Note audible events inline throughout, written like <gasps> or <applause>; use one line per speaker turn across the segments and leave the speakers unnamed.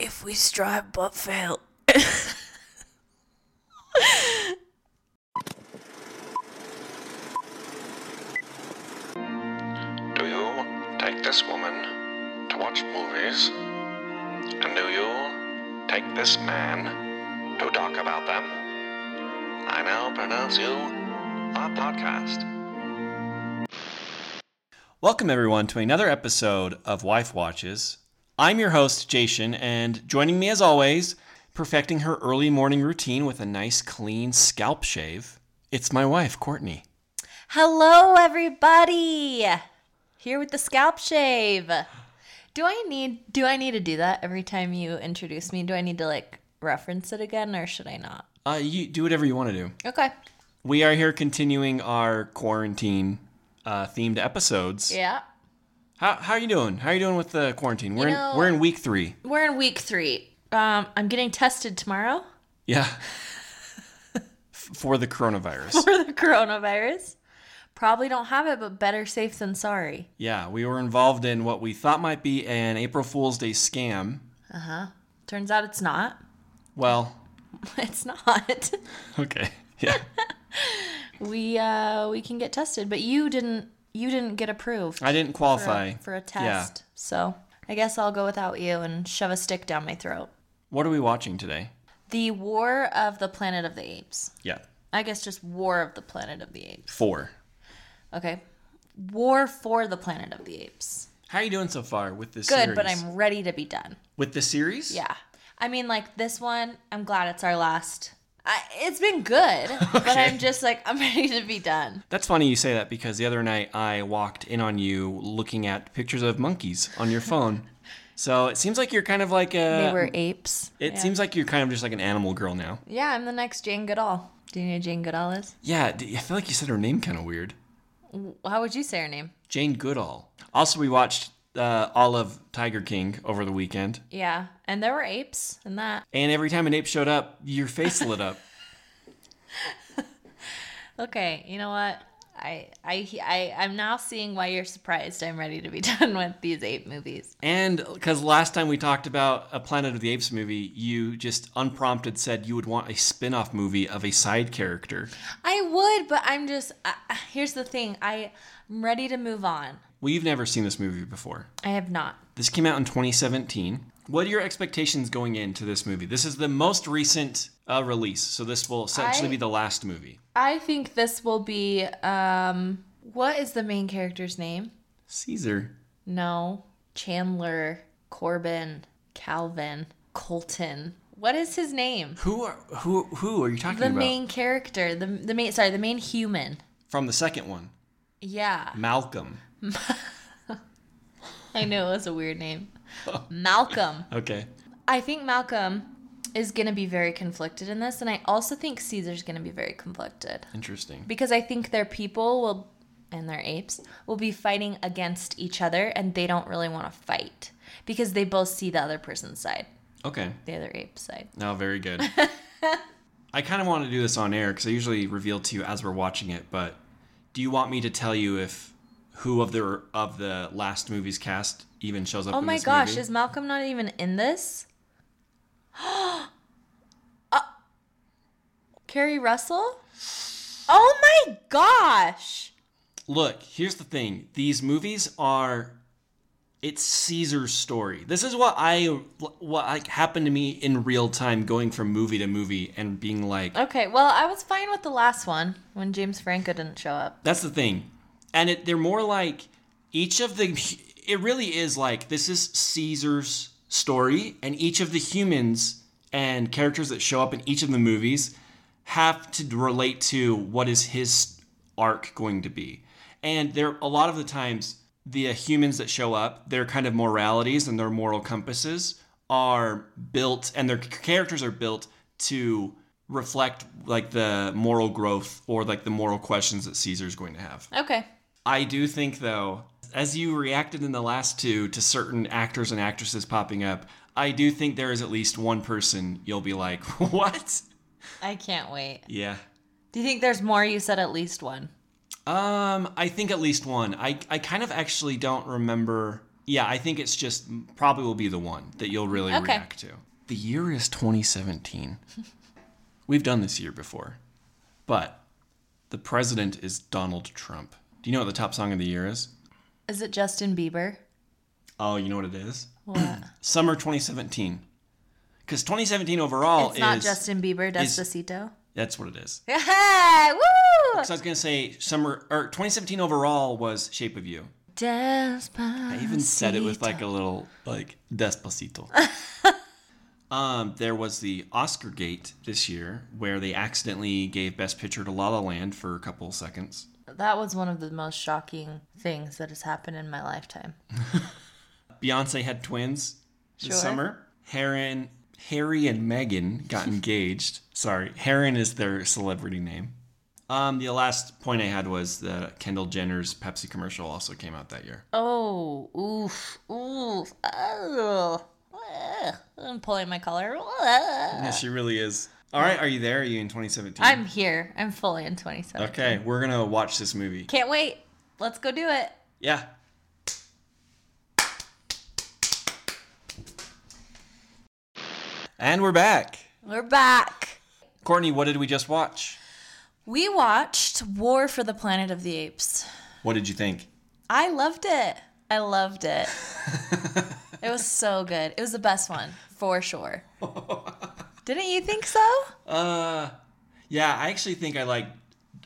life we strive but fail.
Do you take this woman to watch movies? And do you take this man to talk about them? I now pronounce you a podcast.
Welcome, everyone, to another episode of Wife Watches. I'm your host, Jason, and joining me as always, perfecting her early morning routine with a nice, clean scalp shave, it's my wife, Courtney.
Hello, everybody. Here with the scalp shave. Do I need do I need to do that every time you introduce me? Do I need to like reference it again, or should I not?
Uh, you do whatever you want to do.
Okay.
We are here continuing our quarantine uh, themed episodes.
Yeah.
How, how are you doing? How are you doing with the quarantine? We're
know-
in, we're in week three.
We're in week three. Um, I'm getting tested tomorrow <laughs>
Yeah. <laughs> F- For the coronavirus.
for the coronavirus. Probably don't have it, but better safe than sorry.
yeah, we were involved in what we thought might be an April Fool's Day scam.
Turns out it's not. <laughs>
Well,
It's not. <laughs>
okay. <laughs> Yeah.
we uh we can get tested, but you didn't you didn't get approved.
I didn't
for
qualify
a, for a test. So I guess I'll go without you and shove a stick down my throat.
What are we watching today?
The War of the Planet of the Apes.
Yeah,
I guess just War of the Planet of the Apes.
four.
Okay. War for the Planet of the Apes.
How are you doing so far with this
Good,
series?
but I'm ready to be done.
with the series.
Yeah. I mean, like this one, I'm glad it's our last. I, it's
<laughs>
been good, but I'm just like, I'm <laughs> ready to be done.
That's funny you say that because the other night I walked in on you looking at pictures of monkeys on your phone.
<laughs>
so it seems like you're kind of like a.
They were apes.
it
yeah.
seems like you're kind of just like an animal girl now.
Yeah, I'm the next Jane Goodall. Do you know who Jane Goodall is?
Yeah, d- I feel like you said her name kind of weird.
How would you say her name?
Jane Goodall. Also, we watched uh, all of Tiger King over the weekend,
Yeah, and there were apes in that.
and every time an ape showed up, your face lit up.
Okay, you know what? I I I I'm now seeing why you're surprised. I'm ready to be <laughs> done with these ape movies.
And because last time we talked about a Planet of the Apes movie, you just unprompted said you would want a spin off movie of a side character.
I would, but I'm just I, I- here's the thing. I I'm ready to move on.
Well, you've never seen this movie before.
I have not.
This came out in 2017. What are your expectations going into this movie? This is the most recent uh, release, so this will essentially
I-
be the last movie.
I think this will be um what is the main character's name?
Caesar.
No. Chandler, Corbin, Calvin, Colton. What is his name?
Who are who who are you talking
The
about?
main character, the the main sorry, the main human.
From the second one,
Yeah.
Malcolm.
I know it was a weird name. Malcolm.
Okay.
I think Malcolm is going to be very conflicted in this, and I also think Caesar's going to be very conflicted
Interesting.
because I think their people will and their apes will be fighting against each other, and they don't really want to fight because they both see the other person's side,
Okay.
the other ape's side.
No, Oh, very
<laughs>
good. I kind of want to do this on air because I usually reveal to you as we're watching it. But do you want me to tell you if who of the of the last movie's cast even shows up?
Oh
in
my
this
gosh,
movie?
is Malcolm not even in this? <gasps> uh, Carrie Russell? Oh my gosh!
look here's the thing: these movies are it's Caesar's story. This is what I what like happened to me in real time, going from movie to movie and being like,
Okay, well, I was fine with the last one when James Franco didn't show up.
That's the thing. And it, they're more like each of the. <laughs> It really is like this is Caesar's story, and each of the humans and characters that show up in each of the movies have to relate to what is his arc going to be. And there, a lot of the times, the uh, humans that show up, their kind of moralities and their moral compasses are built, and their characters are built to reflect like the moral growth or like the moral questions that Caesar's going to have.
Okay.
I do think though, as you reacted in the last two to certain actors and actresses popping up, I do think there is at least one person you'll be like, <laughs> "What?"
I can't wait.
Yeah.
Do you think there's more? You said at least one.
Um, I think at least one. I I kind of actually don't remember. Yeah, I think it's just probably will be the one that you'll really
Okay.
react to. the year is 2017. <laughs> We've done this year before, but the president is Donald Trump. Do you know what the top song of the year is?
Is it Justin Bieber?
Oh, you know what it is?
What?
<clears throat> Summer 2017. Because 2017 overall Oh,
it's
is
not Justin Bieber,
is-
Despacito. <laughs>
That's what it is.
Yeah, woo!
So I was gonna say summer or 2017 overall was Shape of You.
Despacito.
I even said it with like a little like <laughs> despacito. um, there was the Oscar gate this year where they accidentally gave Best Picture to La La Land for a couple seconds.
That was one of the most shocking things that has happened in my lifetime.
Beyonce had twins this
Sure.
summer. Heron, Harry and Meghan got <laughs> engaged. Sorry, Heron is their celebrity name. Um, the last point I had was that Kendall Jenner's Pepsi commercial also came out that year.
Oh, oof, oof, oh. Ugh. I'm pulling my collar. Ugh.
Yeah, she really is. All right, are you there? Are you in 2017?
I'm here. I'm fully in 27.
Okay, we're gonna watch this movie.
Can't wait. Let's go do it.
Yeah. And we're back.
We're back.
Courtney, what did we just watch?
We watched War for the Planet of the Apes.
What did you think?
I loved it. I loved it. it was so good. It was the best one, for sure. Didn't you think so?
Uh, yeah, I actually think I like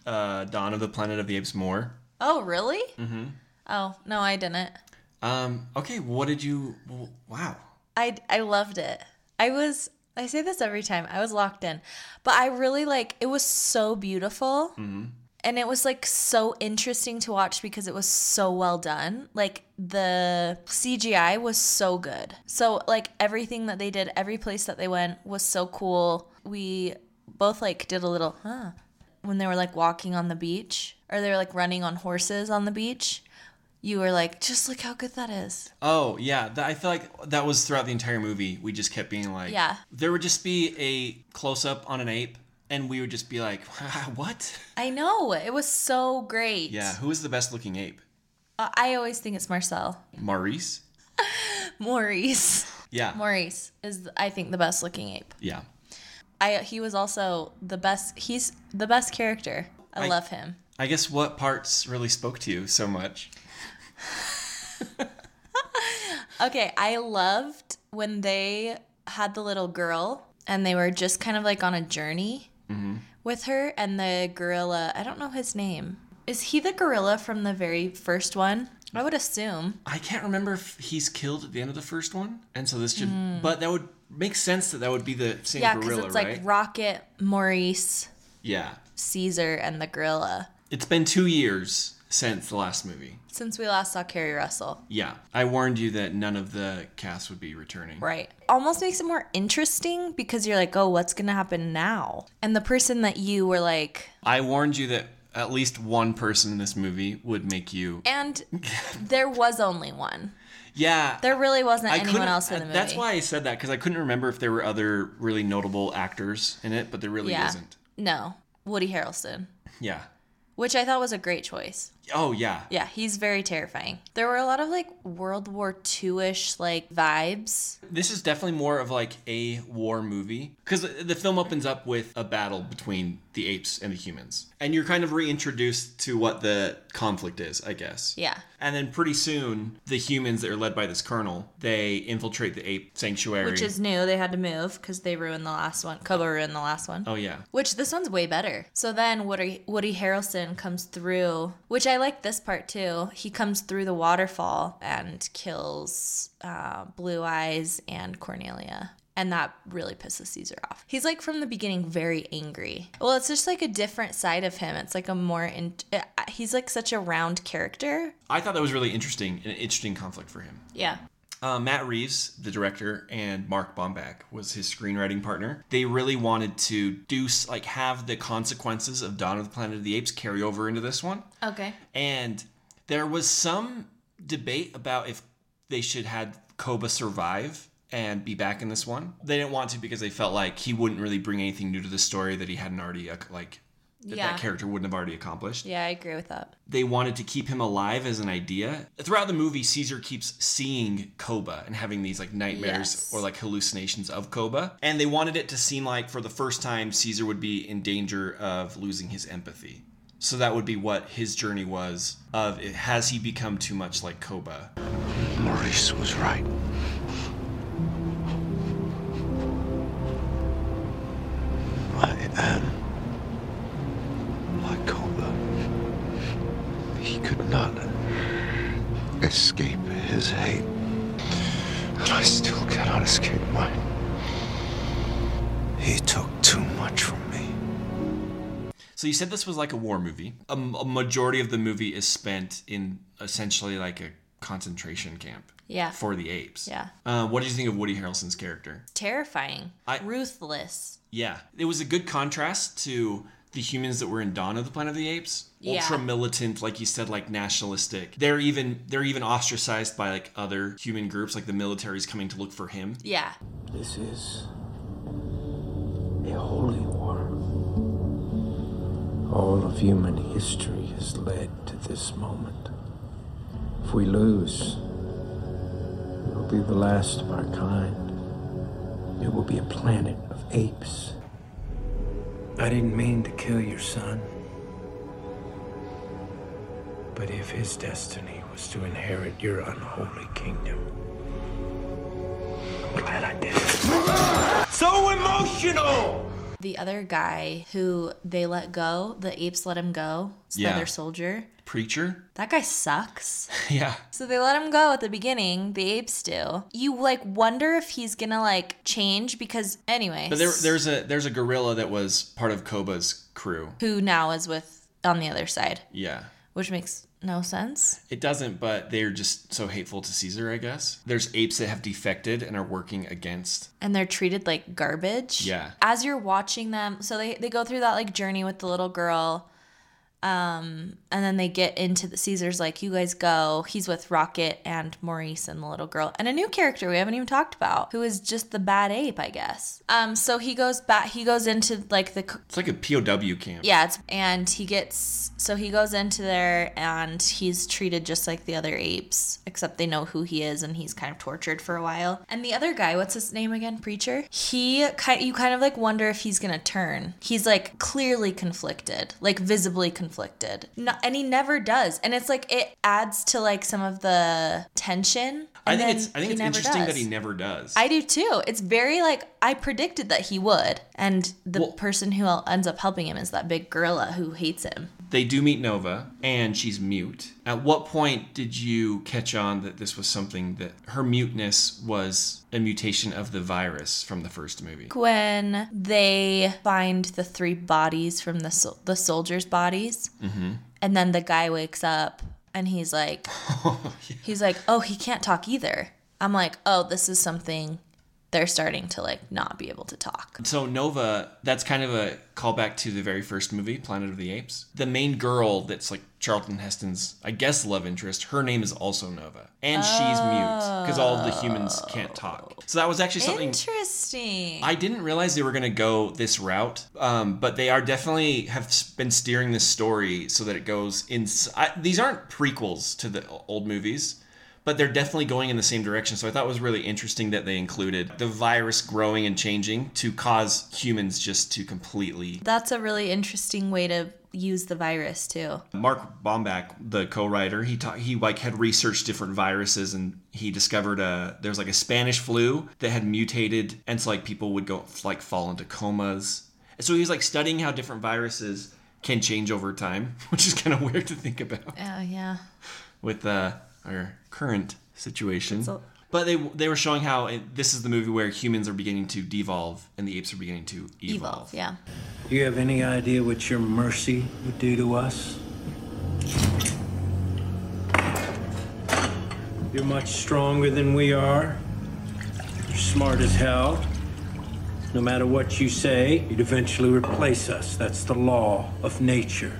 uh, Dawn of the Planet of the Apes more.
Oh, really? Mm-hmm. Oh, no, I didn't.
Um, okay, what did you? w- Wow.
I I loved it. I was I say this every time. I was locked in. But I really like it was so beautiful. And it was like so interesting to watch because it was so well done. Like the CGI was so good. So like everything that they did, every place that they went was so cool. We both like did a little huh when they were like walking on the beach or they were like running on horses on the beach. You were like, just look how good that is.
Oh yeah, that, I feel like that was throughout the entire movie. We just kept being like,
Yeah.
There would just be a close up on an ape, and we would just be like, <laughs> what?
I know. It was so great.
Yeah, who is the best looking ape?
Uh, I always think it's Marcel. <laughs>
Maurice.
Maurice. <laughs>
Yeah.
Maurice is, I think, the best looking ape.
yeah.
I he was also the best. He's the best character. I,
I-
love him.
I guess what parts really spoke to you so much?
Okay, I loved when they had the little girl and they were just kind of like on a journey
Mm-hmm.
with her and the gorilla. I don't know his name. Is he the gorilla from the very first one? I would assume.
I can't remember if he's killed at the end of the first one, and so this should. But that would make sense that that would be the same
Mm. Yeah, because
gorilla,
it's
right?
like Rocket, Maurice,
yeah.
Caesar, and the gorilla.
It's been two years since the last movie.
since we last saw Carrie Russell.
Yeah, I warned you that none of the cast would be returning.
Right. Almost makes it more interesting because you're like, oh, what's going to happen now? And the person that you were like,
I warned you that at least one person in this movie would make you. <laughs>
and there was only one.
Yeah,
There really wasn't
I
anyone
couldn't-
else in the movie.
That's why I said that because I couldn't remember if there were other really notable actors in it, but there really
Yeah.
isn't.
No, Woody Harrelson,
Yeah.
which I thought was a great choice.
Oh yeah.
Yeah, he's very terrifying. There were a lot of like World War II ish like vibes.
This is definitely more of like a war movie because the film opens up with a battle between the apes and the humans, and you're kind of reintroduced to what the conflict is, I guess.
Yeah.
And then pretty soon, the humans that are led by this colonel, they infiltrate the ape sanctuary.
Which is new. They had to move because they ruined the last one. Kobo ruined the last one.
oh yeah,
Which this one's way better. So then Woody, Woody Harrelson comes through, which I like this part too. He comes through the waterfall and kills uh, Blue Eyes and Cornelia. And that really pisses Caesar off. He's like from the beginning very angry. Well, it's just like a different side of him. It's like a more, in- uh, he's like such a round character.
I thought that was really interesting, an interesting conflict for him.
Yeah.
Uh, Matt Reeves, the director, and Mark Bomback was his screenwriting partner. They really wanted to do s- like have the consequences of Dawn of the Planet of the Apes carry over into this one,
Okay.
and there was some debate about if they should had Koba survive and be back in this one. They didn't want to because they felt like he wouldn't really bring anything new to the story that he hadn't already uh, like that
Yeah.
that character wouldn't have already accomplished.
Yeah, I agree with that.
They wanted to keep him alive as an idea. Throughout the movie, Caesar keeps seeing Koba and having these like nightmares
Yes.
or like hallucinations of Koba. And they wanted it to seem like for the first time, Caesar would be in danger of losing his empathy. So that would be what his journey was of has he become too much like Koba?
Maurice was right. I am like Cobra. He could not escape his hate. And I still cannot escape mine. He took too much from me.
So you said this was like a war movie. A, m- a majority of the movie is spent in essentially like a concentration camp
Yeah.
for the apes.
Yeah.
Uh, what did you think of Woody Harrelson's character?
Terrifying.
I-
Ruthless.
Yeah, it was a good contrast to the humans that were in Dawn of the Planet of the Apes.
Yeah.
Ultra militant, like you said, like nationalistic. They're even they're even ostracized by like other human groups, like the military's coming to look for him.
Yeah.
This is a holy war.
All of human history has led to this moment. If we lose, we will be the last of our kind. It will be a planet of apes. I didn't mean to kill your son. But if his destiny was to inherit your unholy kingdom, I'm glad I did it. So emotional!
The other guy who they let go, the apes let him go. It's
Yeah.
the other soldier.
Preacher? <laughs>
That guy sucks.
yeah.
So they let him go at the beginning. The apes do. You like wonder if he's gonna like change because anyway.
But there, there's a there's a gorilla that was part of Koba's crew.
who now is with on the other side,
Yeah.
which makes no sense.
It doesn't, but they're just so hateful to Caesar, I guess. There's apes that have defected and are working against.
and they're treated like garbage.
Yeah.
As you're watching them, so they, they go through that like journey with the little girl. Um, and then they get into the Caesar's like, you guys go. He's with Rocket and Maurice and the little girl. And a new character we haven't even talked about, who is just the bad ape, I guess. Um, so he goes back he goes into like the c-
It's like a POW camp.
yeah, it's and he gets so he goes into there and he's treated just like the other apes, except they know who he is and he's kind of tortured for a while. And the other guy, what's his name again? Preacher. He kind you kind of like wonder if he's gonna turn. He's like clearly conflicted, like visibly conflicted, no, and he never does. And it's like it adds to like some of the tension.
I think
and then
it's I think
he
it's
never
interesting that
does.
he never does.
I do too. It's very like I predicted that he would, and the
Well-
person who ends up helping him is that big gorilla who hates him.
They do meet Nova, and she's mute. At what point did you catch on that this was something that her muteness was a mutation of the virus from the first movie?
When they find the three bodies from the sol- the soldiers' bodies,
Mm-hmm.
and then the guy wakes up and
<laughs>
he's like, he's like, oh, he can't talk either. I'm like, oh, this is something they're starting to like not be able to talk.
So Nova, that's kind of a callback to the very first movie, Planet of the Apes. The main girl that's like Charlton Heston's, I guess, love interest. Her name is also Nova, and she's mute because all of the humans can't talk. So that was actually something
Interesting.
I didn't realize they were going to go this route, um, but they are definitely have s- been steering this story so that it goes in. s- I, these aren't prequels to the o- old movies, but they're definitely going in the same direction. So I thought it was really interesting that they included the virus growing and changing to cause humans just to completely.
That's a really interesting way to use the virus too.
Mark Bomback, the co-writer, he ta- he like had researched different viruses and he discovered a there's like a Spanish flu that had mutated and so like people would go like fall into comas. And so he was like studying how different viruses can change over time, <laughs> which is kind of weird to think about
Oh yeah.
with uh, our current situation. But they they were showing how it, this is the movie where humans are beginning to devolve and the apes are beginning to evolve.
Evolve. Yeah.
Do you have any idea what your mercy would do to us? You're much stronger than we are. You're smart as hell. No matter what you say, you'd eventually replace us. That's the law of nature.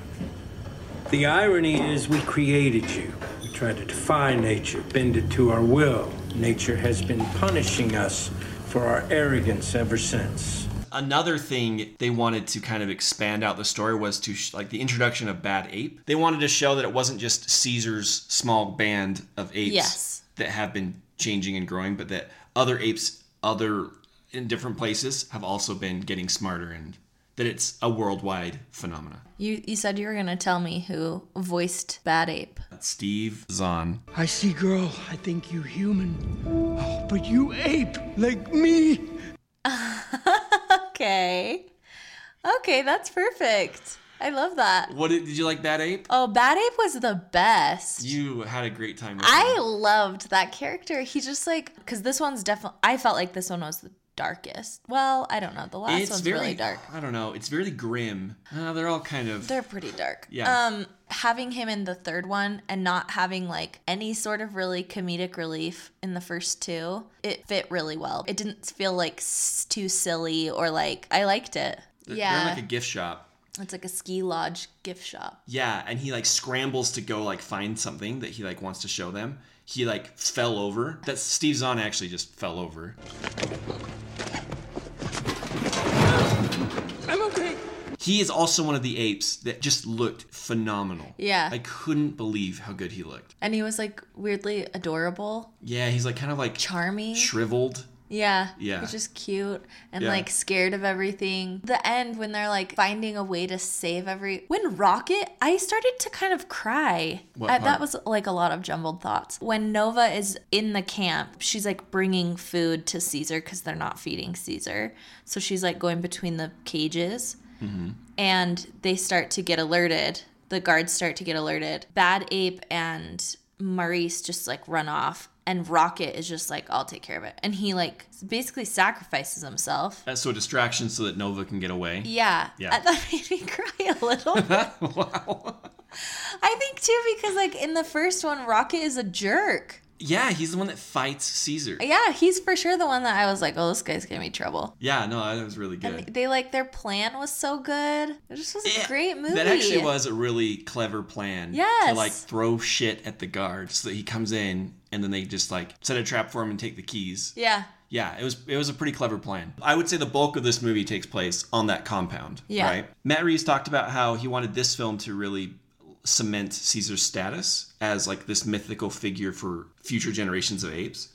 The irony is, we created you. We tried to defy nature, bend it to our will. Nature has been punishing us for our arrogance ever since.
another thing they wanted to kind of expand out the story was to sh- like the introduction of Bad Ape. They wanted to show that it wasn't just Caesar's small band of apes
Yes.
that have been changing and growing, but that other apes, other in different places, have also been getting smarter and that it's a worldwide phenomena.
You you said you were gonna tell me who voiced Bad Ape. <laughs>
Steve Zahn.
I see, girl. I think you human, Oh, but you ape like me.
Okay. Okay, that's perfect. I love that.
What did, did you like Bad Ape?
Oh, Bad Ape was the best.
You had a great time. with
I
him.
loved that character. He just like because this one's definitely. I felt like this one was the darkest. Well, I don't know. The last one's really dark.
I don't know. It's really grim. Uh, they're all kind of.
They're pretty dark.
Yeah.
Um, having him in the third one and not having like any sort of really comedic relief in the first two, it fit really well. It didn't feel like s- too silly or like I liked it.
they're-
yeah,
They're like a gift shop.
it's like a ski lodge gift shop.
Yeah, and he like scrambles to go like find something that he like wants to show them. He like fell over. That Steve Zahn actually just fell over.
I'm okay.
He is also one of the apes that just looked phenomenal.
Yeah.
I couldn't believe how good he looked.
And he was like weirdly adorable,
Yeah, he's like kind of like
charming.
shriveled.
Yeah.
Yeah.
Which is cute and
Yeah.
like scared of everything. The end when they're like finding a way to save every when Rocket, I started to kind of cry.
What
Uh, that
part?
was like a lot of jumbled thoughts. When Nova is in the camp, she's like bringing food to Caesar cuz they're not feeding Caesar. So she's like going between the cages
Mm-hmm.
and they start to get alerted. The guards start to get alerted. Bad Ape and Maurice just like run off, and Rocket is just like, I'll take care of it. And he like basically sacrifices himself.
That's so a distraction so that Nova can get away.
Yeah.
Yeah.
That <laughs> made me cry a little.
<laughs> wow.
I think too, because like in the first one, Rocket is a jerk.
Yeah, he's the one that fights Caesar.
Yeah, he's for sure the one that I was like, oh, this guy's gonna be trouble.
Yeah, no, that was really
And
good.
they like their plan was so good. It just was a
Yeah,
great movie.
That actually was a really clever plan.
Yes.
To like throw shit at the guard so that he comes in and then they just like set a trap for him and take the keys.
Yeah.
Yeah, it was it was a pretty clever plan. I would say the bulk of this movie takes place on that compound.
Yeah.
Right. Matt Reeves talked about how he wanted this film to really cement Caesar's status as like this mythical figure for future generations of apes.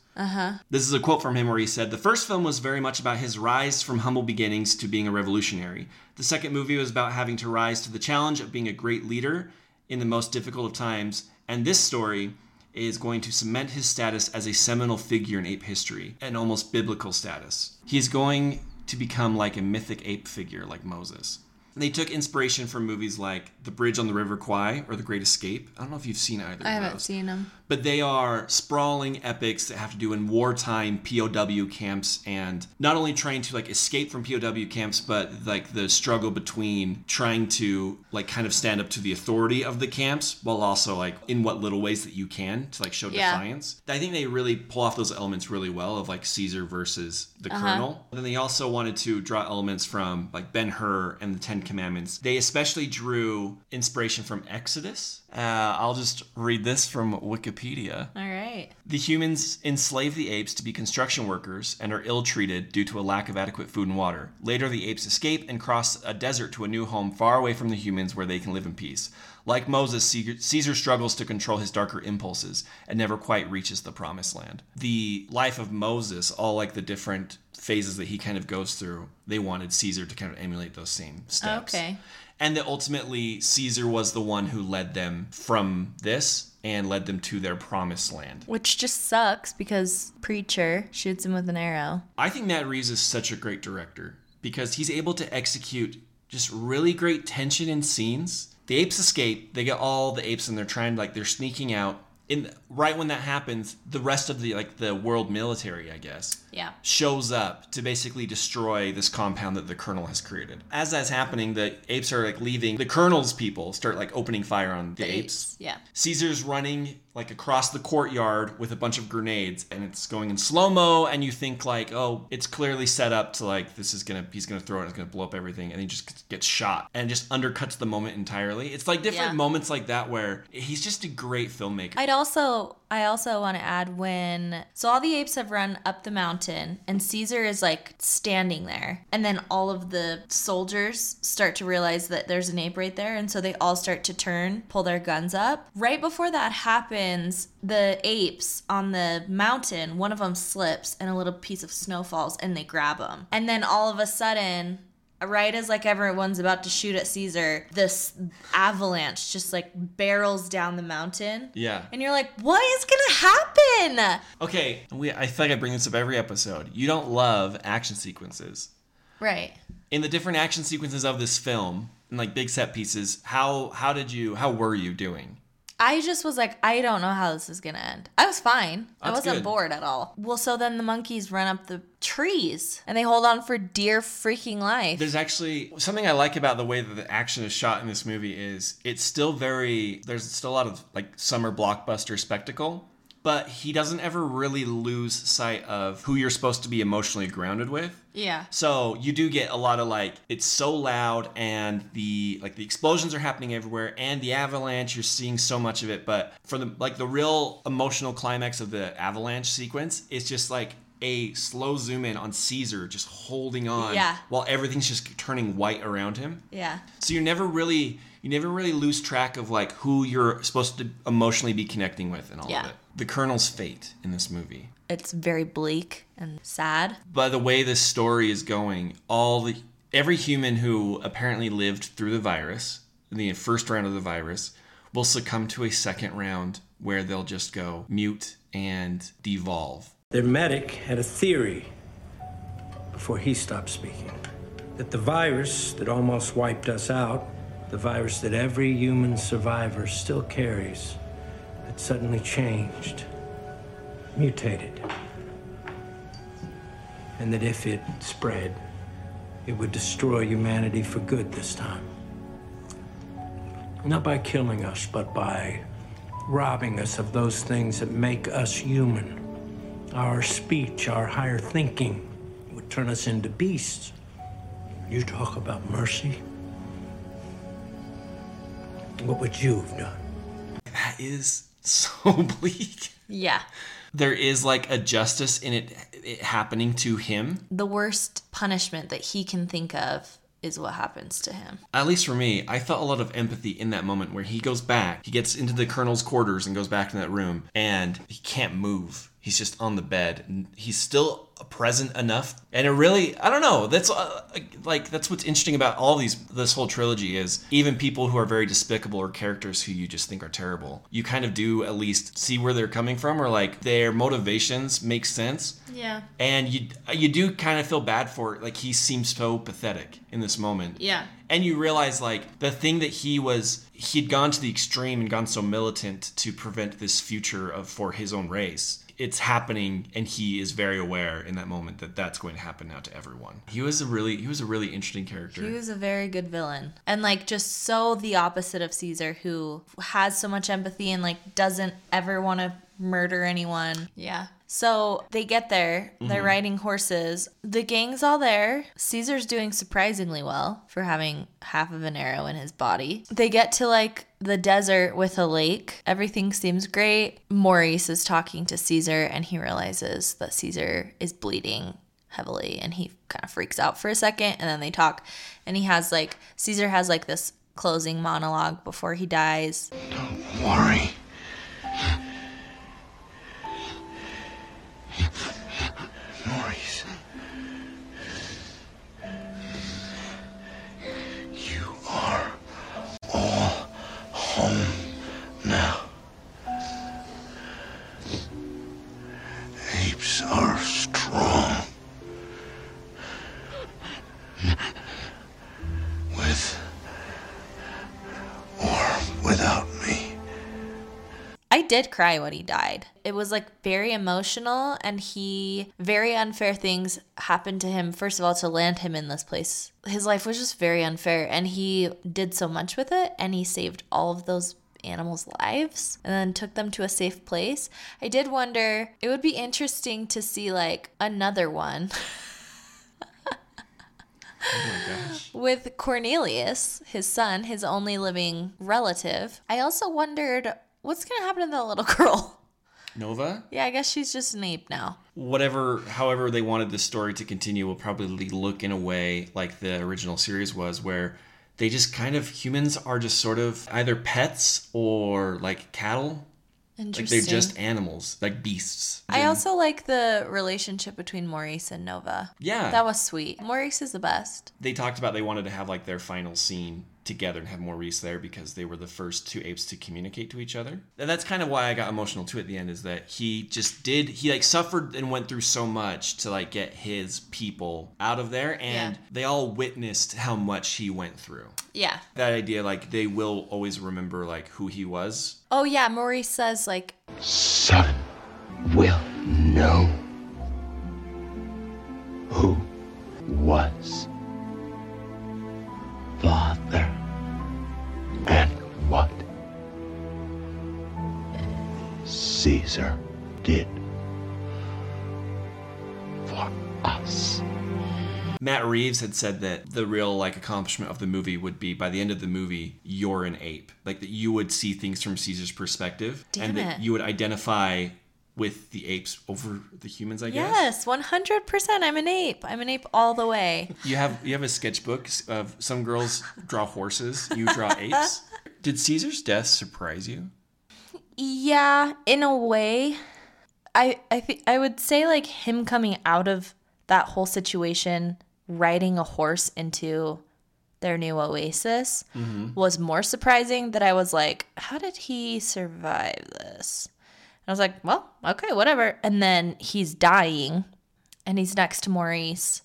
This is a quote from him where he said, The first film was very much about his rise from humble beginnings to being a revolutionary. The second movie was about having to rise to the challenge of being a great leader in the most difficult of times. And this story is going to cement his status as a seminal figure in ape history, an almost biblical status. He's going to become like a mythic ape figure, like Moses. They took inspiration from movies like The Bridge on the River Kwai or The Great Escape. I don't know if you've seen either
I
of
haven't
those
seen him.
but they are sprawling epics that have to do in wartime POW camps and not only trying to like escape from POW camps but like the struggle between trying to like kind of stand up to the authority of the camps while also like in what little ways that you can to like show
Yeah.
defiance. I think they really pull off those elements really well of like Caesar versus the colonel. Then they also wanted to draw elements from like Ben Hur and the Ten Commandments. They especially drew inspiration from Exodus. Uh, I'll just read this from Wikipedia.
All right.
The humans enslave the apes to be construction workers and are ill treated due to a lack of adequate food and water. Later, the apes escape and cross a desert to a new home far away from the humans where they can live in peace. Like Moses, Caesar- Caesar struggles to control his darker impulses and never quite reaches the promised land. The life of Moses, all like the different phases that he kind of goes through, they wanted Caesar to kind of emulate those same steps
Okay.
and that ultimately Caesar was the one who led them from this and led them to their promised land.
Which just sucks because Preacher shoots him with an arrow.
I think Matt Reeves is such a great director because he's able to execute just really great tension in scenes. The apes escape, they get all the apes and they're trying like they're sneaking out. And right when that happens, the rest of the like the world military, I guess,
Yeah.
shows up to basically destroy this compound that the colonel has created. As that's happening, the apes are like leaving. The colonel's people start like opening fire on the, apes.
Yeah.
Caesar's running like across the courtyard with a bunch of grenades and it's going in slow mo and you think like, oh, it's clearly set up to like this is gonna he's gonna throw it, it's gonna blow up everything, and he just gets shot and just undercuts the moment entirely. It's like different
Yeah.
moments like that where he's just a great filmmaker.
I'd also also I also want to add when so all the apes have run up the mountain and Caesar is like standing there and then all of the soldiers start to realize that there's an ape right there and so they all start to turn, pull their guns up. Right before that happens, the apes on the mountain, one of them slips and a little piece of snow falls and they grab him. And then all of a sudden right as like everyone's about to shoot at Caesar, this avalanche just like barrels down the mountain.
Yeah.
And you're like, what is gonna happen?
Okay, we, I feel like I bring this up every episode. You don't love action sequences.
Right.
In the different action sequences of this film, and like big set pieces, how how did you how were you doing?
I just was like, I don't know how this is gonna end. I was fine. I
That's
wasn't
good.
bored at all. Well, so then the monkeys run up the trees and they hold on for dear freaking life.
There's actually something I like about the way that the action is shot in this movie is it's still very there's still a lot of like summer blockbuster spectacle, but he doesn't ever really lose sight of who you're supposed to be emotionally grounded with.
yeah.
So you do get a lot of like it's so loud and the like the explosions are happening everywhere and the avalanche you're seeing so much of it but for the like the real emotional climax of the avalanche sequence it's just like a slow zoom in on Caesar just holding on
Yeah.
while everything's just turning white around him.
Yeah.
So you never really you never really lose track of like who you're supposed to emotionally be connecting with and all
Yeah.
of it. The colonel's fate in this movie
It's very bleak and sad.
by the way this story is going, all the every human who apparently lived through the virus, the first round of the virus, will succumb to a second round where they'll just go mute and devolve.
Their medic had a theory before he stopped speaking that the virus that almost wiped us out, the virus that every human survivor still carries, had suddenly changed, mutated. And that if it spread, it would destroy humanity for good this time. Not by killing us, but by robbing us of those things that make us human our speech, our higher thinking would turn us into beasts. You talk about mercy. What would you have done?
That is <laughs> so bleak.
Yeah.
There is like a justice in it, it happening to him.
The worst punishment that he can think of is what happens to him.
At least for me, I felt a lot of empathy in that moment where he goes back, he gets into the colonel's quarters and goes back to that room, and he can't move. He's just on the bed. and He's still present enough, and it really, I don't know. That's uh, like that's what's interesting about all these. This whole trilogy is even people who are very despicable or characters who you just think are terrible. You kind of do at least see where they're coming from, or like their motivations make sense
Yeah.
and you uh, you do kind of feel bad for it. Like he seems so pathetic in this moment.
Yeah.
And you realize like the thing that he was he'd gone to the extreme and gone so militant to prevent this future of for his own race. It's happening, and he is very aware in that moment that that's going to happen now to everyone. He was a really he was a really interesting character.
He was a very good villain. And like just so the opposite of Caesar who has so much empathy and like doesn't ever want to murder anyone. Yeah. So they get there, they're riding horses. The gang's all there. Caesar's doing surprisingly well for having half of an arrow in his body. They get to like the desert with a lake. Everything seems great. Maurice is talking to Caesar and he realizes that Caesar is bleeding heavily and he kind of freaks out for a second and then they talk and he has like Caesar has like this closing monologue before he dies.
Worry. Maurice. You are all home now. Apes are strong. With or without me.
I did cry when he died. It was like very emotional and he very unfair things happened to him first of all to land him in this place. His life was just very unfair and he did so much with it and he saved all of those animals' lives and then took them to a safe place. I did wonder it would be interesting to see like another one <laughs> with Cornelius, his son, his only living relative. I also wondered what's going to happen to that little <laughs> girl.
Nova?
Yeah, I guess she's just an ape now.
Whatever, however they wanted this story to continue will probably look in a way like the original series was, where they just kind of humans are just sort of either pets or like cattle. Like
Interesting.
they're just animals, like beasts.
I also like the relationship between Maurice and Nova.
Yeah.
That was sweet. Maurice is the best.
they talked about they wanted to have like their final scene together and have Maurice there because they were the first two apes to communicate to each other. And that's kind of why I got emotional too at the end is that he just did he like suffered and went through so much to like get his people out of there and
Yeah.
they all witnessed how much he went through.
Yeah.
That idea like they will always remember like who he was.
Oh yeah, Maurice says like
Son will know who was father and what Caesar did for us.
Matt Reeves had said that the real like accomplishment of the movie would be by the end of the movie you're an ape, like that you would see things from Caesar's perspective
Damn
and that
it.
you would identify with the apes over the humans, I guess.
Yes, 100%. I'm an ape. I'm an ape all the way.
You have you have a sketchbook of some girls draw horses, you
<laughs>
draw apes. Did Caesar's death surprise you?
Yeah, in a way. I I think I would say like him coming out of that whole situation riding a horse into their new oasis was more surprising that I was like, how did he survive this? And I was like, well, okay, whatever. And then he's dying and he's next to Maurice.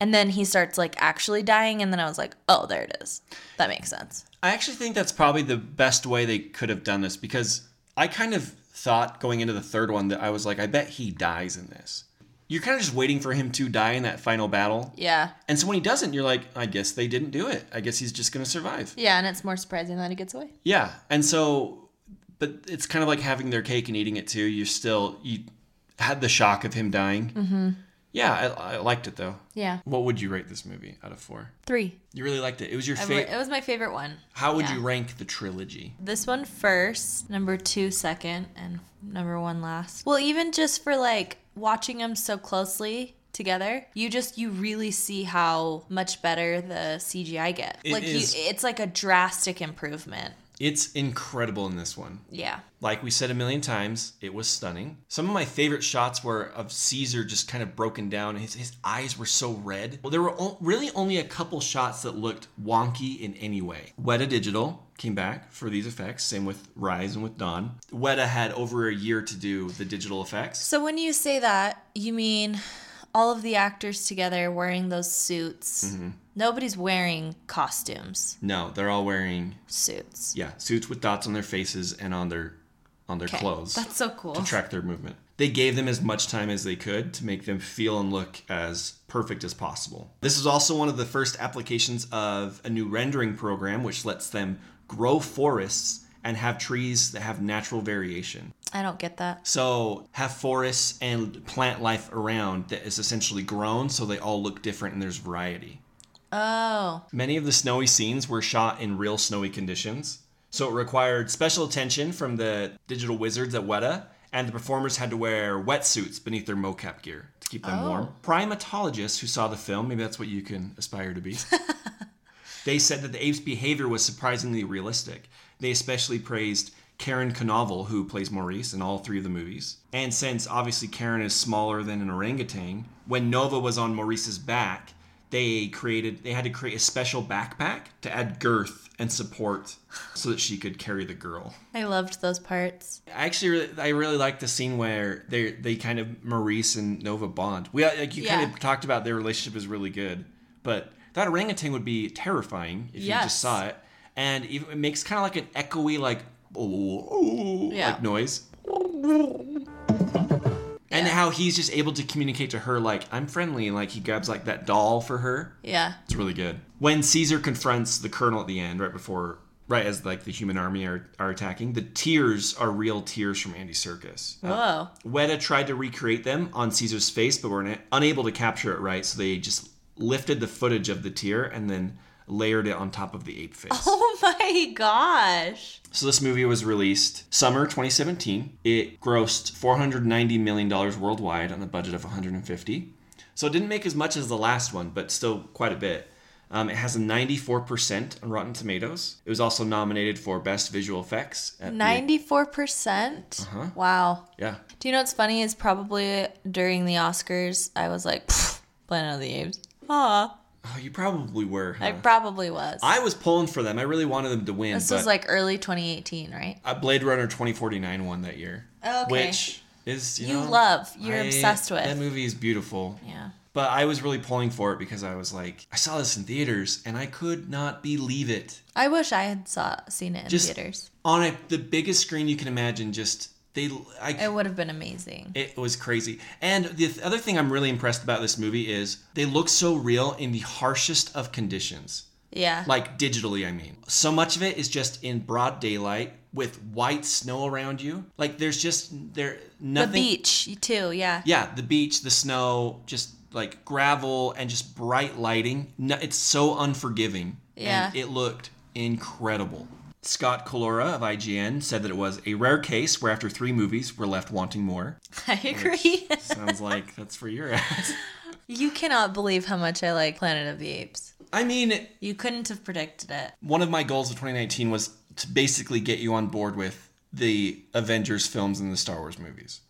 And then he starts like actually dying and then I was like, oh, there it is. That makes sense.
I actually think that's probably the best way they could have done this because I kind of thought going into the third one that I was like, I bet he dies in this. You're kind of just waiting for him to die in that final battle.
Yeah.
And so when he doesn't, you're like, I guess they didn't do it. I guess he's just going to survive.
Yeah, and it's more surprising that he gets away.
Yeah. And so, but it's kind of like having their cake and eating it too. You're still, you had the shock of him dying. Mm-hmm. Yeah. I, I liked it though.
Yeah.
What would you rate this movie out of four?
Three.
You really liked it. It was your
I re-
favorite.
it was my favorite one.
How would
yeah.
you rank the trilogy?
This one first, number two second, and number one last. Well, even just for like watching them so closely together, you just you really see how much better the CGI gets.
It
like
is-
you, it's like a drastic improvement.
It's incredible in this one.
Yeah.
Like we said a million times, it was stunning. Some of my favorite shots were of Caesar just kind of broken down. His, his eyes were so red. Well, there were o- really only a couple shots that looked wonky in any way. Weta Digital came back for these effects, same with Rise and with Dawn. Weta had over a year to do the digital effects.
So when you say that, you mean all of the actors together wearing those suits.
Mm-hmm.
Nobody's wearing costumes,
No, they're all wearing
suits.
yeah suits with dots on their faces and on their on their
Okay,
clothes.
That's so cool.
to track their movement. They gave them as much time as they could to make them feel and look as perfect as possible. This is also one of the first applications of a new rendering program, which lets them grow forests and have trees that have natural variation.
I don't get that.
So, have forests and plant life around that is essentially grown so they all look different and there's variety.
Oh.
Many of the snowy scenes were shot in real snowy conditions, so it required special attention from the digital wizards at Weta, and the performers had to wear wetsuits beneath their mocap gear to keep them warm. Primatologists who saw the film, maybe that's what you can aspire to be, they said that the ape's behavior was surprisingly realistic. They especially praised Karen Knovel, who plays Maurice in all three of the movies. And since obviously Karen is smaller than an orangutan, when Nova was on Maurice's back, they created they had to create a special backpack to add girth and support so that she could carry the girl.
I loved those parts.
I actually really, I really like the scene where they they kind of Maurice and Nova bond. We like you kind
Yeah.
of talked about their relationship is really good, but that orangutan would be terrifying if you
Yes.
just saw it, and even, it makes kind of like an echoey like oh,
Yeah.
like noise. And how he's just able to communicate to her like I'm friendly, and like he grabs like that doll for her.
Yeah.
It's really good. When Caesar confronts the colonel at the end, right before, right as like the human army are, are attacking, the tears are real tears from Andy Circus.
Whoa.
Weta tried to recreate them on Caesar's face, but were na- unable to capture it right, so they just lifted the footage of the tear and then layered it on top of the ape face.
<laughs> <laughs> Oh my gosh.
So this movie was released summer 2017. It grossed 490 million dollars worldwide on a budget of 150. So it didn't make as much as the last one, but still quite a bit. Um, it has a 94% on Rotten Tomatoes. It was also nominated for Best Visual Effects. At the-
94%?
Uh-huh.
Wow.
yeah.
Do you know what's funny is probably during the Oscars, I was like, "Pfft, Planet of the Apes. Ah,
Oh, you probably were.
I
Huh?
probably was.
I, was pulling for them. I really wanted them to win.
this
but
was like early 2018, right?
a Blade Runner 2049 won that year.
Okay.
Which is you,
You
know,
love. You're obsessed with.
That movie is beautiful.
Yeah.
But I was really pulling for it because I was like, I saw this in theaters and I could not believe it.
I wish I had saw seen it in
Just
theaters.
on a, the biggest screen you can imagine. Just they, I,
It would have been amazing.
it was crazy. And the th- other thing I'm really impressed about this movie is they look so real in the harshest of conditions.
yeah.
Like digitally, I mean. So much of it is just in broad daylight with white snow around you. Like there's just there
the
nothing.
beach, you too. Yeah.
Yeah, the beach, the snow, just like gravel and just bright lighting. No, it's so unforgiving.
Yeah.
And it looked incredible. Scott Colora of IGN said that it was a rare case where after three movies we're left wanting more.
<laughs> I agree. <laughs>
Sounds like that's for your ass.
you cannot believe how much I like Planet of the Apes.
I mean,
You couldn't have predicted it.
one of my goals of 2019 was to basically get you on board with the Avengers films and the Star Wars movies.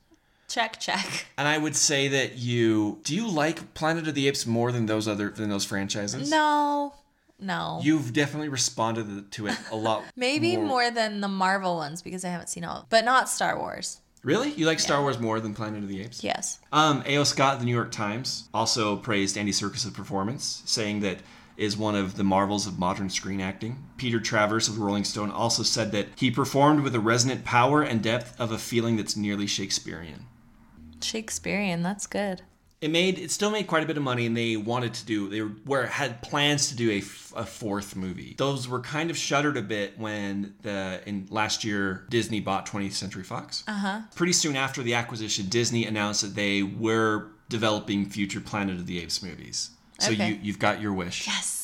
Check, check.
And I would say that you do you like Planet of the Apes more than those other than those franchises?
No. No.
You've definitely responded to it a lot.
<laughs> Maybe more. than the Marvel ones because I haven't seen all, but not Star Wars.
Really? You like Star Wars more than Planet of the Apes?
Yes.
Um, A.O. Scott of the New York Times also praised Andy Serkis' performance, saying that is one of the marvels of modern screen acting. Peter Travers of Rolling Stone also said that he performed with a resonant power and depth of a feeling that's nearly Shakespearean.
Shakespearean, that's good.
It made it still made quite a bit of money, and they wanted to do they were had plans to do a, f- a fourth movie. Those were kind of shuttered a bit when the in last year Disney bought 20th Century Fox. Uh huh. Pretty soon after the acquisition, Disney announced that they were developing future Planet of the Apes movies. So
Okay.
you you've got your wish.
Yes.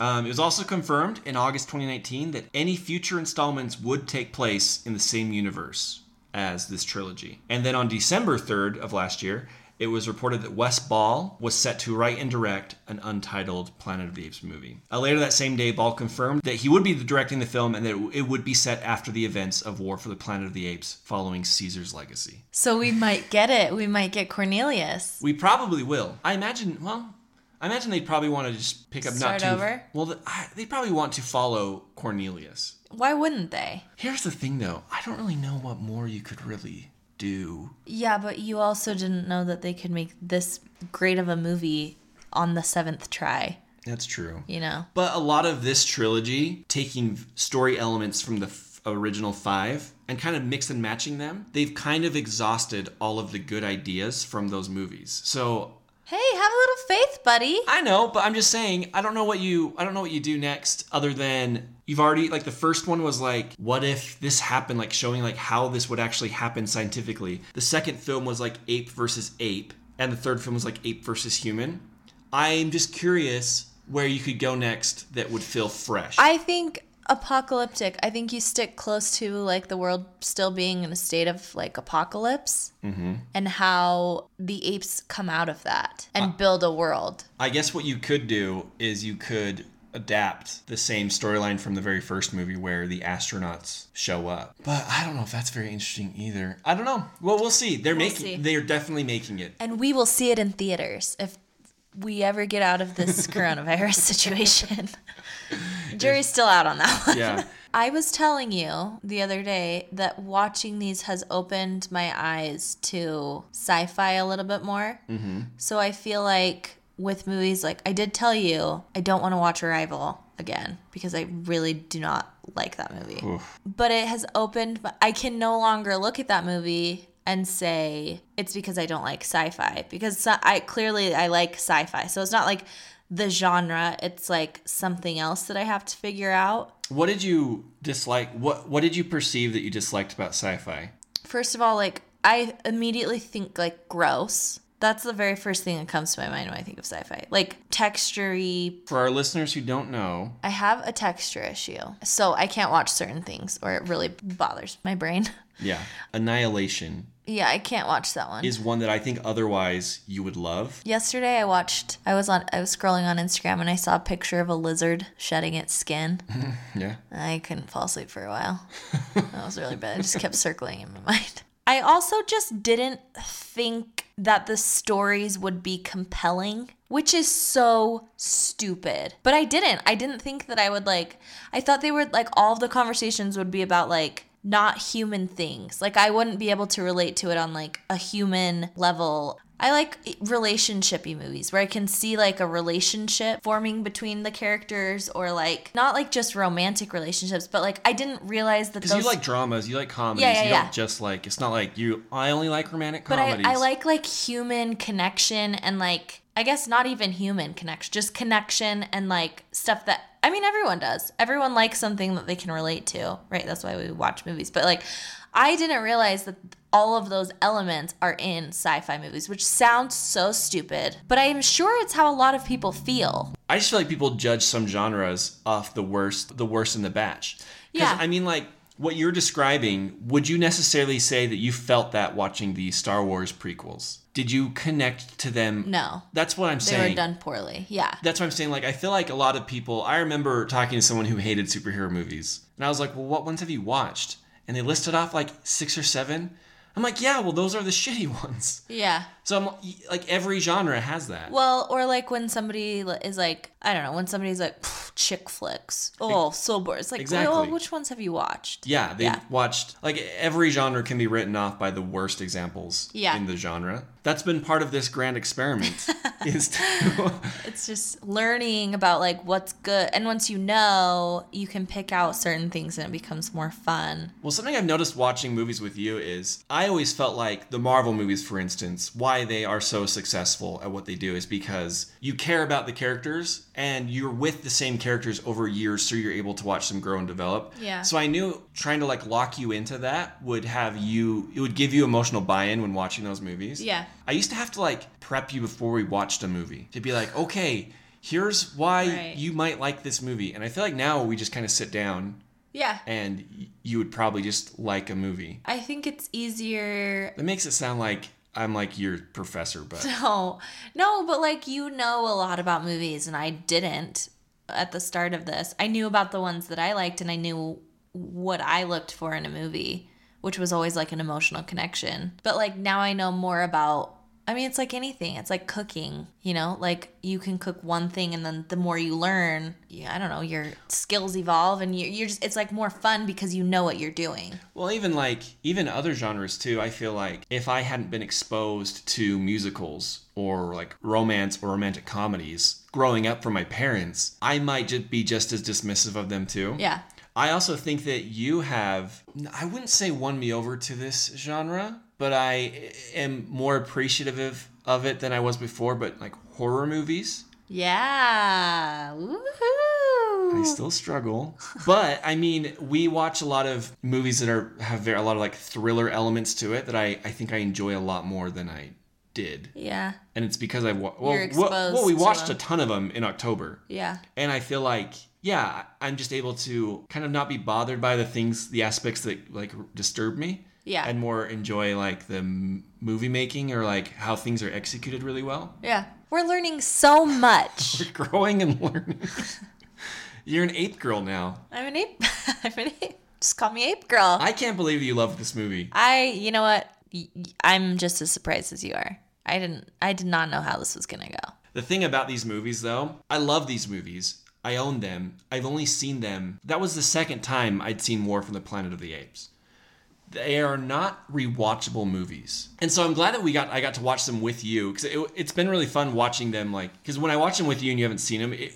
Um, it was also confirmed in August 2019 that any future installments would take place in the same universe as this trilogy. And then on December 3rd of last year, it was reported that Wes Ball was set to write and direct an untitled Planet of the Apes movie. Uh, later that same day, Ball confirmed that he would be directing the film and that it, it would be set after the events of War for the Planet of the Apes following Caesar's legacy.
So we might get it. We might get Cornelius.
We probably will. I imagine. Well, I imagine they probably want to just pick up not
Start
to.
over?
Well, the, I, they probably want to follow Cornelius.
Why wouldn't they?
Here's the thing, though. I don't really know what more you could really do.
Yeah, but you also didn't know that they could make this great of a movie on the seventh try,
That's true.
you know?
But a lot of this trilogy, taking story elements from the f- original five and kind of mix and matching them, they've kind of exhausted all of the good ideas from those movies. So
Hey, have a little faith, buddy.
I know, but I'm just saying, I don't know what you I don't know what you do next other than you've already like the first one was like what if this happened like showing like how this would actually happen scientifically. The second film was like ape versus ape and the third film was like ape versus human. I'm just curious where you could go next that would feel fresh.
I think apocalyptic. I think you stick close to like the world still being in a state of like apocalypse and how the apes come out of that and build a world.
I guess what you could do is you could adapt the same storyline from the very first movie where the astronauts show up. But I don't know if that's very interesting either. I don't know. Well, we'll see. They're making
see.
they're definitely making it.
And we will see it in theaters if we ever get out of this coronavirus situation. Jury's still out on that
<laughs>
one.
Yeah.
I was telling you the other day that watching these has opened my eyes to sci fi a little bit more. Mm-hmm. So I feel like with movies, like I did tell you, I don't want to watch Arrival again because I really do not like that movie. But it has opened, my- I can no longer look at that movie and say it's because I don't like sci fi because so- I clearly I like sci fi. So it's not like the genre, it's like something else that I have to figure out.
What did you dislike? What what did you perceive that you disliked about sci-fi?
first of all, like I immediately think like gross. That's the very first thing that comes to my mind when I think of sci-fi. Like textury.
For our listeners who don't know,
I have a texture issue, so I can't watch certain things, or it really bothers my brain. <laughs>
yeah, Annihilation
yeah, I can't watch that one.
is one that I think otherwise you would love.
Yesterday I watched I was on I was scrolling on Instagram and I saw a picture of a lizard shedding its skin.
Yeah.
I couldn't fall asleep for a while. That was really bad. It just kept circling in my <laughs> mind. I also just didn't think that the stories would be compelling, which is so stupid. But I didn't. I didn't think that I would like I thought they were like all of the conversations would be about like not human things. Like I wouldn't be able to relate to it on like a human level. I like relationshipy movies where I can see like a relationship forming between the characters or like not like just romantic relationships, but like I didn't realize that
Because
those
you like dramas, you like comedies.
Yeah, yeah,
you
yeah.
don't just like, it's not like you, I only like romantic
But I,
comedies.
I like like human connection and like I guess not even human connection, just connection and like stuff that I mean everyone does. Everyone likes something that they can relate to, right? That's why we watch movies. But like I didn't realize that all of those elements are in sci-fi movies, which sounds so stupid, but I am sure it's how a lot of people feel.
I just feel like people judge some genres off the worst, the worst in the batch. 'Cause,
Yeah.
I mean, like what you're describing, would you necessarily say that you felt that watching the Star Wars prequels? Did you connect to them?
No.
That's what I'm
They
saying.
were done poorly. Yeah.
That's what I'm saying. Like, I feel like a lot of people. I remember talking to someone who hated superhero movies, and I was like, "Well, what ones have you watched?" And they listed off like six or seven. I'm like, "Yeah, well, those are the <laughs> shitty ones."
Yeah.
So I'm like, every genre has that.
Well, or like when somebody li- is like, I don't know, when somebody's like "Pff, chick flicks. Oh, so bored. It's like, well,
Exactly.
which ones have you watched?
Yeah, they
Yeah.
have watched like every genre can be written off by the worst examples
Yeah.
in the genre. That's been part of this grand experiment.
<laughs>
is to,
It's just learning about like what's good, and once you know, you can pick out certain things, and it becomes more fun.
well, something I've noticed watching movies with you is I always felt like the Marvel movies, for instance, why they are so successful at what they do is because you care about the characters and you're with the same characters over years, so you're able to watch them grow and develop.
Yeah.
So I knew trying to like lock you into that would have you, it would give you emotional buy-in when watching those movies.
Yeah.
I used to have to like prep you before we watched a movie to be like, okay, here's why
Right.
you might like this movie. And I feel like now we just kind of sit down
Yeah,
and y- you would probably just like a movie.
I think it's easier.
That makes it sound like I'm like your professor, but
No, Oh, no, but like you know a lot about movies, and I didn't at the start of this. I knew about the ones that I liked, and I knew what I looked for in a movie, which was always like an emotional connection. But like now I know more about. I mean, it's like anything. It's like cooking, you know? Like you can cook one thing, and then the more you learn, yeah, I don't know, your skills evolve, and you, you're just, it's like more fun because you know what you're doing.
well, even like even other genres too. I feel like if I hadn't been exposed to musicals or like romance or romantic comedies growing up from my parents, I might just be just as dismissive of them too.
Yeah.
I also think that you have, I wouldn't say won me over to this genre, but I eh, am more appreciative of, of it than I was before. But like horror movies,
Yeah. Woohoo.
I still struggle. but I mean, we watch a lot of movies that are have very, a lot of like thriller elements to it that I, I think I enjoy a lot more than I did.
Yeah.
And it's because I, wa- well,
You're
well, well, we
exposed to
watched a
them.
ton of them in October.
Yeah.
and I feel like yeah, I'm just able to kind of not be bothered by the things, the aspects that like disturb me.
Yeah.
And more enjoy like the m- movie making or like how things are executed really well. <laughs>
Yeah. We're learning so much.
Growing and learning. You're an ape girl now.
<laughs> I'm an ape. <laughs> I'm an ape. Just call me ape girl.
I can't believe you love this movie.
I, you know what? Y- y- I'm just as surprised as you are. I didn't, I did not know how this was going to go.
The thing about these movies though, I love these movies. I own them. I've only seen them. That was the second time I'd seen War from the Planet of the Apes. they are not rewatchable movies and so i'm glad that we got i got to watch them with you because it, it's been really fun watching them like because when i watch them with you and you haven't seen them it,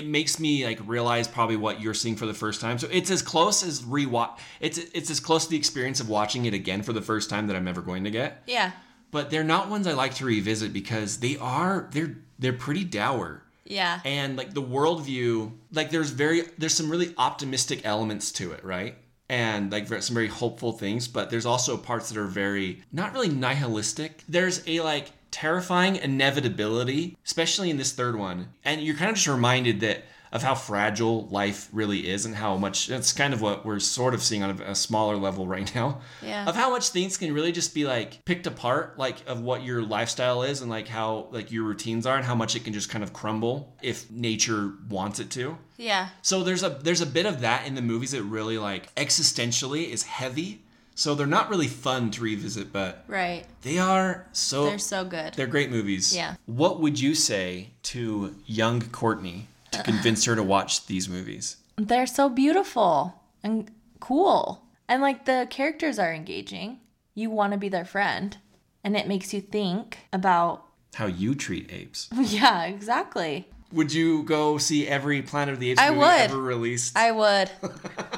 it makes me like realize probably what you're seeing for the first time so it's as close as rewatch it's it's as close to the experience of watching it again for the first time that i'm ever going to get
Yeah.
but they're not ones i like to revisit because they are they're they're pretty dour
Yeah.
and like the worldview like there's very there's some really optimistic elements to it right and like ver- some very hopeful things but there's also parts that are very not really nihilistic there's a like terrifying inevitability, especially in this third one. And you're kind of just reminded that of how fragile life really is and how much that's kind of what we're sort of seeing on a, a smaller level right now.
Yeah.
Of how much things can really just be like picked apart, like of what your lifestyle is and like how like your routines are and how much it can just kind of crumble if nature wants it to.
Yeah.
So there's a there's a bit of that in the movies that really like existentially is heavy. So they're not really fun to revisit, but
Right.
they are so
They're so good.
they're great movies.
Yeah.
What would you say to young Courtney
<laughs>
to convince her to watch these movies?
They're so beautiful and cool. And like the characters are engaging. You want to be their friend. And it makes you think about. <laughs>
How you treat apes?
Yeah, exactly.
would you go see every Planet of the Apes
I
movie
would.
ever released? <laughs>
I would.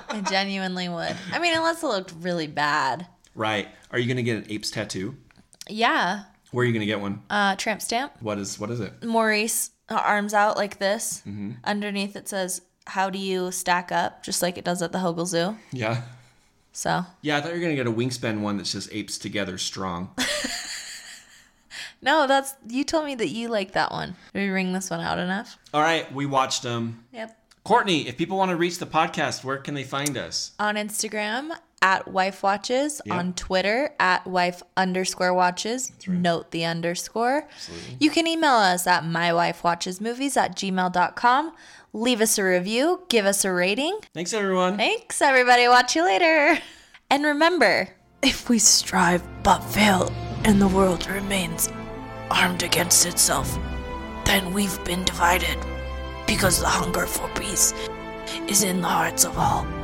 I genuinely would. I mean, unless it looked really bad.
right. Are you gonna get an apes tattoo?
Yeah.
Where are you gonna get one?
Uh, tramp stamp.
What is what is it?
Maurice, her arms out like this. Underneath it says, How do you stack up? Just like it does at the Hogel Zoo.
Yeah.
So,
Yeah, I thought you were gonna get a wingspan one that's just apes together strong. <laughs>
no, that's. You told me that you like that one. Did we ring this one out enough?
All right, we watched them.
Yep.
Courtney, if people want to reach the podcast, where can they find us?
on Instagram at wife watches on twitter at wife underscore watches note the underscore you can email us at mywifewatchesmovies at gmail.com leave us a review give us a rating
Thanks, everyone.
thanks everybody watch you later and remember
If we strive but fail, and the world remains armed against itself, then we've been divided. Because the hunger for peace is in the hearts of all.